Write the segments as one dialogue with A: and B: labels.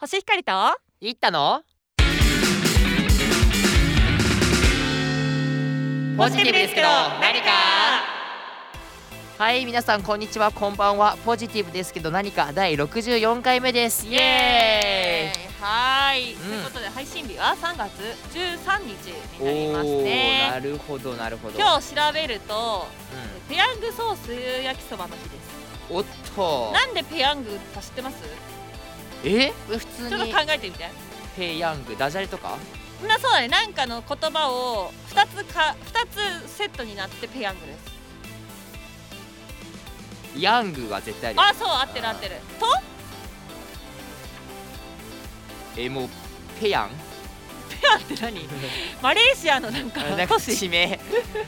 A: 星光と
B: 行ったのポジティブですけど何かはい皆さんこんにちはこんばんはポジティブですけど何か第64回目ですイエ
A: ーイはーい、
B: ん
A: ということで配信日は3月13日
B: ーイ
A: になります
B: おー
A: ね
B: なるほどなるほど
A: 今日調べるとペヤングソース焼きそばの日です
B: うん、おっと
A: なんでペヤングか知ってます
B: え普通
A: ちょっと
B: に
A: 考えてみて
B: ペヤングダジャレとか
A: なそうだねなんかの言葉を2つか2つセットになってペヤングです
B: ヤングは絶対あるよ
A: あそう合ってる合ってると
B: えもうペヤン
A: ペヤンって 何マレーシアのなんか
B: なんか
A: 都市
B: 地名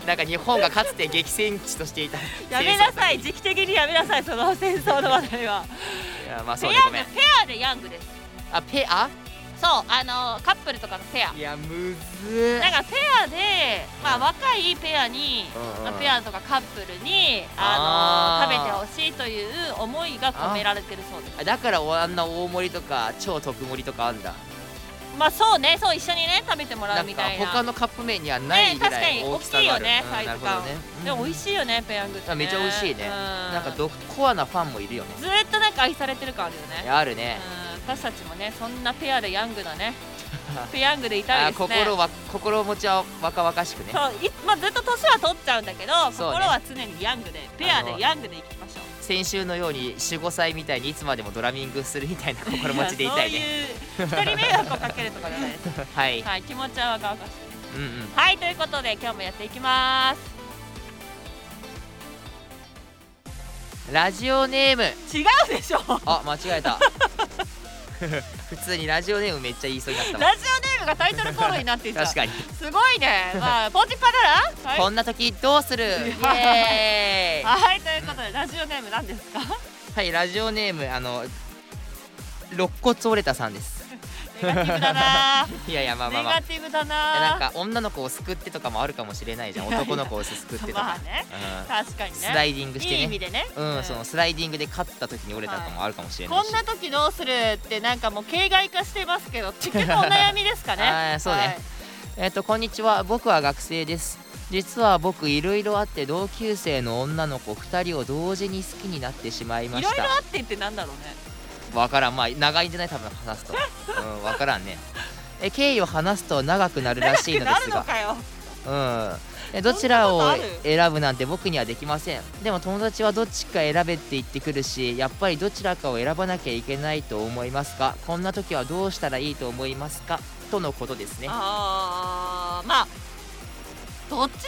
B: なんか日本がかつて激戦地としていた
A: やめなさい
B: 戦
A: 時期的にやめなさいその戦争の話題は
B: 争だったいやまあ
A: ペ
B: そう
A: ヤン
B: ねご
A: グ
B: めん
A: ペアでヤングです
B: あペア
A: そうあのカップルとかのペア
B: いやむず
A: なんかペアで、まあ、若いペアに、
B: うんうん
A: ペアとかカップルにあ
B: あ
A: の食
B: ー
A: べてほしいという思いが込められてるそうです
B: だからあんな大盛りとか超特盛りとかあんだ
A: まあそうねそう一緒にね食べてもら
B: な
A: うんみ
B: か
A: たいな
B: 他のカップ麺にはな
A: ね
B: いぐらい
A: 確かに
B: 大きさがあ
A: 大き
B: る、
A: いよね
B: うん
A: サイズ
B: なるほどね
A: でも美味
B: い
A: しいよねペヤングって、ね、
B: めちゃ美味しいね
A: うん
B: なんかどコアなファンもいるよね
A: ずーっとなんか愛されてる感あるよ
B: い
A: ね
B: やあるね、
A: うん私たちもねそんなペアでヤングな ねペヤングでいた
B: あ
A: いですね
B: 心は心持ちは若々しく ね
A: そういまあ、ずっと年は取っちゃうんだけど、
B: そう
A: 心
B: ね
A: は常にヤングでペアでヤングでいきましょう
B: 先週のように45歳みたいにいつまでもドラミングするみたいな心持ちでいたいね
A: やそういう人に迷惑をかけるとかじゃない です、
B: はい、
A: はい、気持ちは若々しい
B: うんうん
A: はいということで今日もやっていきます
B: ラジオネーム
A: 違うでしょ
B: あ間違えた 普通にラジオネームめっちゃ言いそうになったわ
A: ラジオネームがタイトルコールになっていた
B: 確かに
A: すごい ねまあポジパなら
B: こ
A: はい
B: んな時どうするイエーイ
A: はいということでラジオネームなんですか
B: はいラジオネームあの肋骨折れたさんです
A: ネガティブだない
B: やいやまあま
A: ネ
B: あまあ
A: ガティブだ
B: いや
A: な
B: なんか女の子を救ってとかもあるかもしれないじゃん
A: いやいや
B: 男の子を救ってと
A: ま
B: か
A: あ、ね
B: う
A: 確かにね
B: ん、スライディングして
A: いい
B: ね
A: 意味でね
B: うん、そのスライディングで勝った時に折れたともあるかもしれない
A: こ
B: し、
A: んな時どうするってなんかもう形骸化してます けど結局お悩みですかね
B: あーそうね
A: はい
B: えっとこんにちは僕は学生です実は僕いろいろあって同級生の女の子2人を同時に好きになってしまいま
A: い
B: し
A: ろいろ
B: た
A: あってってなんだろうね
B: わからんまあ長いんじゃない多分 話すとうんわからんねえ経緯を話すと長くなるらしいので
A: 長く
B: す
A: なるの
B: が
A: かよ
B: うんえどちらを
A: そんなことあ
B: 選ぶなんて僕にはできませんでも友達はどっちか選べって言ってくるしやっぱりどちらかを選ばなきゃいけないと思いますかこんな時はどうしたらいいと思いますかとのことですね
A: あーまあどっちも好き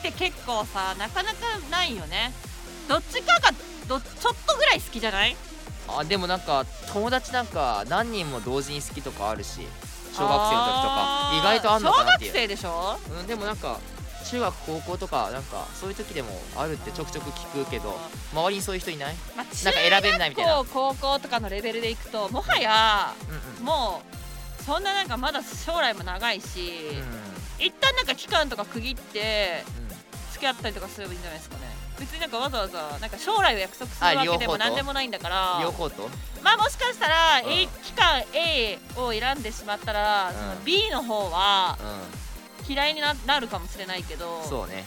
A: って結構さなかなかないよねどっちかがどちょっとぐらい好きじゃない
B: あでもなんか友達なんか何人も同時に好きとかあるし小学生の時とか
A: あー
B: 意外とあんのかなってい
A: 小
B: う
A: 学生でしょ
B: うん、でもなんか中学高校とかなんかそういう時でもあるってちょくちょく聞くけど周りにそういう人いない、
A: まあ、中
B: なんか選べないみたいな
A: 学校高校とかのレベルでいくともはや
B: うんうん
A: もうそんななんかまだ将来も長いし、
B: うんうん
A: 一旦なんか期間とか区切って付き合ったりとかすればいいんじゃないですかね別になんかわざわざなんか将来を約束する
B: あ
A: わ
B: 両
A: け
B: 方
A: で
B: と
A: も何でもないんだから
B: 両方と
A: まあもしかしたら、
B: うん
A: A 期間 A を選んでしまったら、
B: うん
A: その B の方は
B: う
A: 嫌いにななるかもしれないけど
B: んそ うね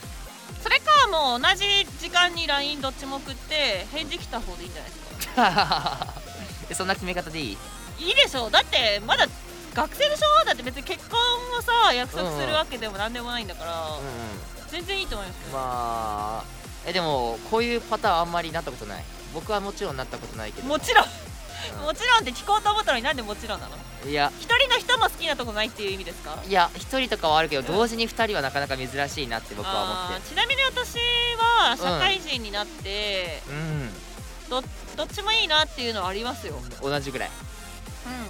A: それかもう同じ時間に LINE どっちも送って返事来た方でいいんじゃないですか
B: そんな決め方でいい
A: いいでしょうだってまだ学生でしょだって別に結婚をさ約束するわけでも何でもないんだから、
B: うん
A: 全然いいと思いますよ
B: まあえでもこういうパターンあんまりなったことない僕はもちろんなったことないけど
A: もちろん
B: うん
A: もちろん って聞こうと思ったのになんでもちろんなの
B: いや
A: 一人の人も好きなとこないっていう意味ですか
B: いや1人とかはあるけど同時に2人はなかなか珍しいなって僕は思
A: あ
B: って
A: ーちなみに私は社会人になって、
B: う
A: どどっちもいいなっていうのはありますよ、
B: ん同じぐらい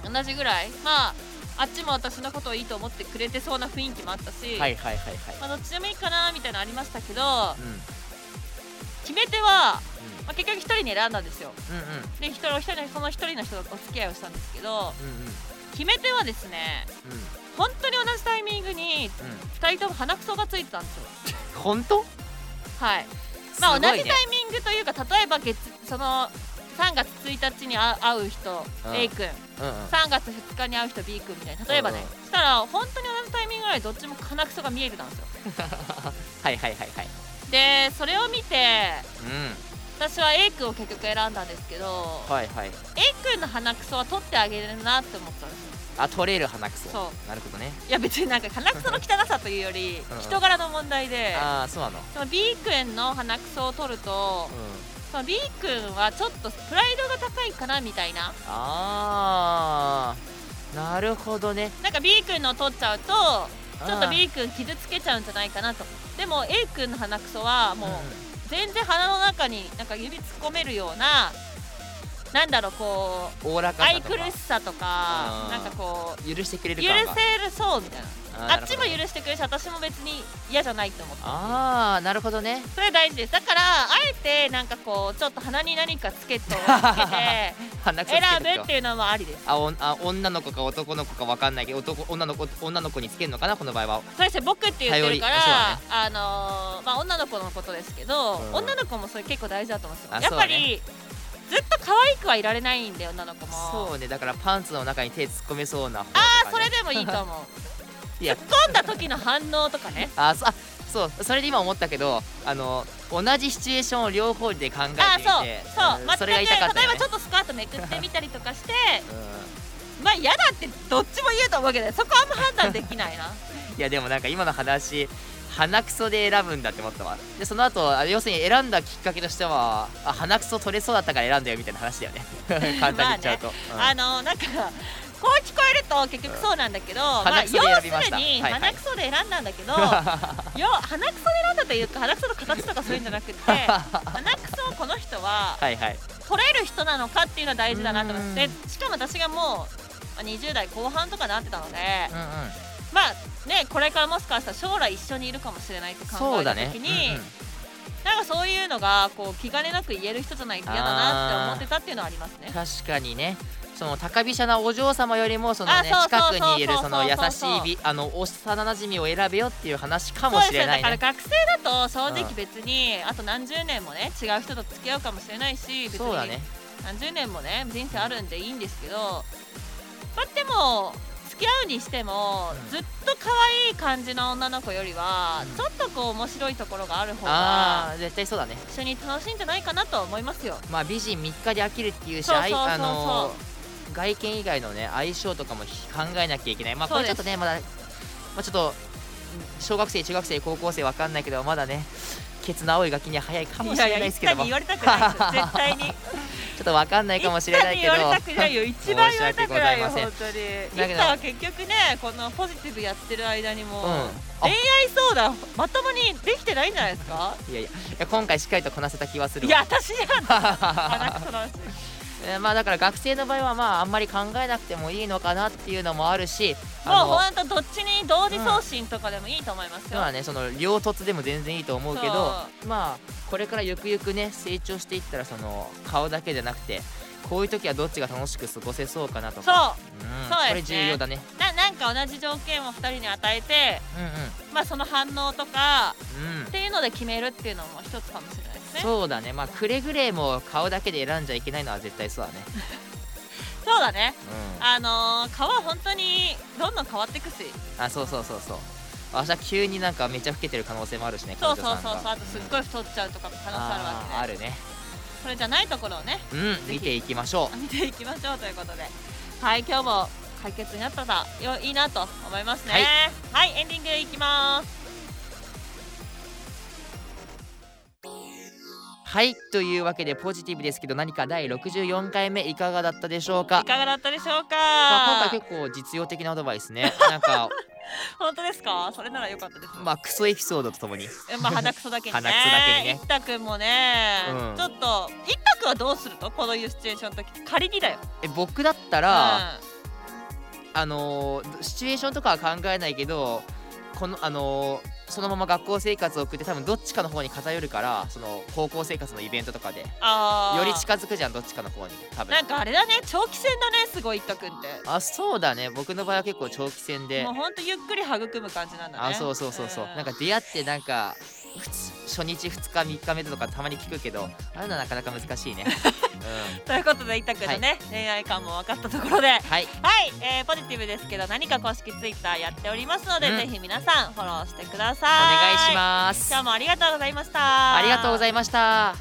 A: うん、同じぐらいまああっちも私のことをいいと思ってくれてそうな雰囲気もあったし、
B: はいはいはいはい
A: まあ、どっちでもいいかなみたいなのありましたけど
B: うん
A: 決め手は、まあ、結局一人に選んだんですよ
B: うんうん
A: で一人お一人のその一人の人とお付き合いをしたんですけど
B: うんうん
A: 決め手はですね
B: うん
A: 本当に同じタイミングに
B: う
A: 2人とも鼻くそがついてたんですよ
B: ん本当
A: はいまあ、
B: すご
A: 同
B: い
A: じ
B: ね
A: タイミングというか例えば月その3月1日にあ会う人、
B: うん
A: A 君
B: うんうん
A: 3月2日に会う人 B 君みたいな例えばね、
B: う
A: そしたら本当に同じタイミングぐらいどっちも鼻くそが見えてたんですよ
B: はいはいはいはい
A: でそれを見て
B: う
A: 私は A 君を結局選んだんですけど、
B: んはいはい
A: A 君の鼻くそは取ってあげるなって思ったんですよ
B: あ取れる鼻くそ
A: そ
B: なるほどね
A: いや別になんか鼻くその汚さというより
B: うん
A: 人柄の問題で
B: ああそうなの
A: その B 君の鼻くそを取ると
B: うん
A: その B 君はちょっとプライドが高いかなみたいな
B: あーなるほどね
A: なんか B 君のを取っちゃうとちょっ
B: あ
A: と
B: ー
A: B 君傷つけちゃうんじゃないかなとでも A 君の鼻くそはもうん全然鼻の中になんか指突っ込めるようななんだろうこう
B: おおらか
A: 愛
B: さと
A: くるし
B: か
A: さとか
B: うん
A: なんかこう
B: 許してくれる
A: 許せ
B: 感
A: る
B: が
A: そうみたいな
B: ー
A: あ
B: なる
A: っ
B: ほ
A: ち
B: ど
A: も許してくれるし私も別に嫌じゃないと思って
B: ああなるほどね
A: それ大事ですだからあえてなんかこうちょっと鼻に何かつ けとつけて選ぶっ
B: 鼻くそつける人
A: ていうのもありです
B: あおんあ女の子か男の子かわかんないけど男女の子女の子につけるのかなこの場合は
A: そして僕って言ってるから、
B: 頼
A: あのーまあ、女の子のことですけど、
B: うん
A: 女の子もそれ結構大事だと思うんですよ
B: あ
A: やっぱ
B: そうだ
A: り、ずっと可愛くはいられないんで女の子も
B: そうねだからパンツの中に手突っ込めそうな方とか、ね、
A: ああそれでもいいと思う 突
B: いや
A: っ込んだ時の反応とか ね
B: あそあそうそれで今思ったけどあの同じシチュエーションを両方で考えてみて
A: ああそうそう全
B: ん
A: く、
B: それが痛かった、ね、
A: 例えばちょっとスカートめくってみたりとかして
B: う
A: まあ嫌だってどっちも言うと思うけどそこはあんま判断できないな
B: んいやでもなんか今の話鼻くそで選ぶんだって思ったわでその後あ要するに選んだきっかけとしてはあ鼻くそ取れそうだったから選んだよみたいな話 だよね簡単に言っちゃ うと、
A: あのなんかこう聞こえると結局そうなんだけど、まあ
B: 鼻く
A: 要す
B: そで
A: る
B: 選びました
A: に
B: はいはい
A: 鼻くそで選んだんだ けど、
B: うん
A: よ鼻くそ選んだというか鼻くその形とかそういうんじゃな くて鼻くそをこの人は
B: はいはい
A: 取れる人なのかっていうのは大事だなと思います
B: う
A: で
B: ん
A: しかも私がもうまあ20代後半とかなってたので
B: うんうん
A: まあねこれからもしかしたら将来一緒にいるかもしれないって考
B: そう
A: え
B: だ
A: た
B: ね
A: 時
B: うん
A: に、
B: うん
A: なんかそういうのがこう気兼ねなく言える人じゃないと嫌だなって思ってたっていうのはありますね。
B: 確かにねその高飛車なお嬢様よりもそのね
A: あそう
B: 近
A: そう
B: くにい
A: そ
B: る
A: う
B: そ
A: そう
B: の優し
A: そうそう
B: いびあの幼なじみを選べよっていう話か
A: そ
B: も
A: うで
B: し
A: す
B: れ
A: よ
B: な
A: だ
B: い
A: から
B: ね
A: 学生だと正
B: う
A: 直
B: ん
A: 別にあと何十年もね違う人と付き合うかもしれないし別
B: そうだ
A: に
B: ね
A: 何十年もね人生あるんでいいんですけどこうやっても付き合うにしても、
B: うん
A: ずっと可愛い感じの女の子よりは、
B: うん
A: ちょっとこう面白いところがある方
B: あ
A: が
B: あー絶対そうだね
A: 一緒に楽しいんじゃないかなと思いますよ。
B: まあ美人3日で飽きるっていうし
A: そうそう
B: あい
A: そうそう
B: あのー外見以外のね相性とかもひ考えなきゃいけないまあこれちょっとねまだまあちょっと小学生中学生高校生わかんないけどまだねケツの青いガキには早いかもしれないですけど
A: いや
B: も
A: い
B: ちょ
A: や一太に言われたくないですよ絶対 に。
B: っとわかんないかもしれないけど
A: 一太に言われたくないよ一番言われたくないよ
B: 申し訳ございま
A: 本当に
B: だ
A: 一
B: けど
A: 太は結局ねこのポジティブやってる間にも、
B: うんあ
A: 恋愛相談まともにできてないんじゃないですか
B: いやいやいや今回しっかりとこなせた気はする
A: い
B: わ
A: や私や ん鼻くその話
B: えーまあだから学生の場合はまああんまり考えなくてもいいのかなっていうのもあるしあの
A: もう本当どっちに同時送信とかでもいいと思いますよ、
B: まあねその両凸でも全然いいと思うけど
A: そ
B: まあこれからゆくゆくね成長していったらその顔だけじゃなくてこういう時はどっちが楽しく過ごせそうかなと
A: そう
B: かん
A: そうですね
B: これ重要だね
A: ななんか同じ条件を2人に与えて
B: うんうん
A: まあその反応とか
B: うん
A: っていうので決めるっていうのも一つかもしれないですねそう
B: そうだねまあくれぐれも顔だけで選んじゃいけないのは絶対そうだね、
A: だね
B: うん、
A: あのー、顔は本当にどんどん変わっていくし
B: あそうそうそうそう明日急になんかめちゃ老けてる可能性もあるしね
A: そう
B: 彼
A: そう
B: 女
A: そう
B: さ
A: そうん
B: が
A: あとすっごい太っちゃうとかも可能性あるわけで、
B: あーあるね
A: それじゃないところをね
B: うん見ていきましょう
A: 見ていきましょうということではい今日も解決になったらよいいなと思いますねはい、エンディングいきます
B: はいというわけでポジティブですけど何か第64回目いかがだったでしょうか
A: いかがだったでしょうか、
B: まあ、今回結構実用的なアドバイスね なんか
A: 本当ですかそれなら良かったです
B: まあクソエピソードとともに
A: えまあ鼻くそだけにね
B: 鼻くそだけにね
A: いったくんもね、
B: うん
A: ちょっといったくんはどうするとこういうシチュエーションの時仮にだよ
B: え僕だったら、あのーシチュエーションとかは考えないけどこのあのーそのまま学校生活を送って多分どっちかの方に偏るからその高校生活のイベントとかでよ
A: うん、あー
B: り近づくじゃんどっちかの方に多分
A: なんかあれだね長期戦だねすごいいったくんって
B: あそうだね僕の場合は結構長期戦で
A: もうほんとゆっくり育む感じなんだね
B: あそうそうそうそう、
A: ん
B: なんか出会ってなんか普通初日2日3日目とかたまに聞くけどあるのはなかなか難 しいね、う
A: ということで、いたくのね、恋愛観も分かったところで、はい、
B: ん、はい
A: えーポジティブですけど、何か公式ツイッターやっておりますので、
B: うん
A: ぜひ皆さんフォローしてください。
B: お願いします
A: 今日もありがとうございました。
B: ありがとうございました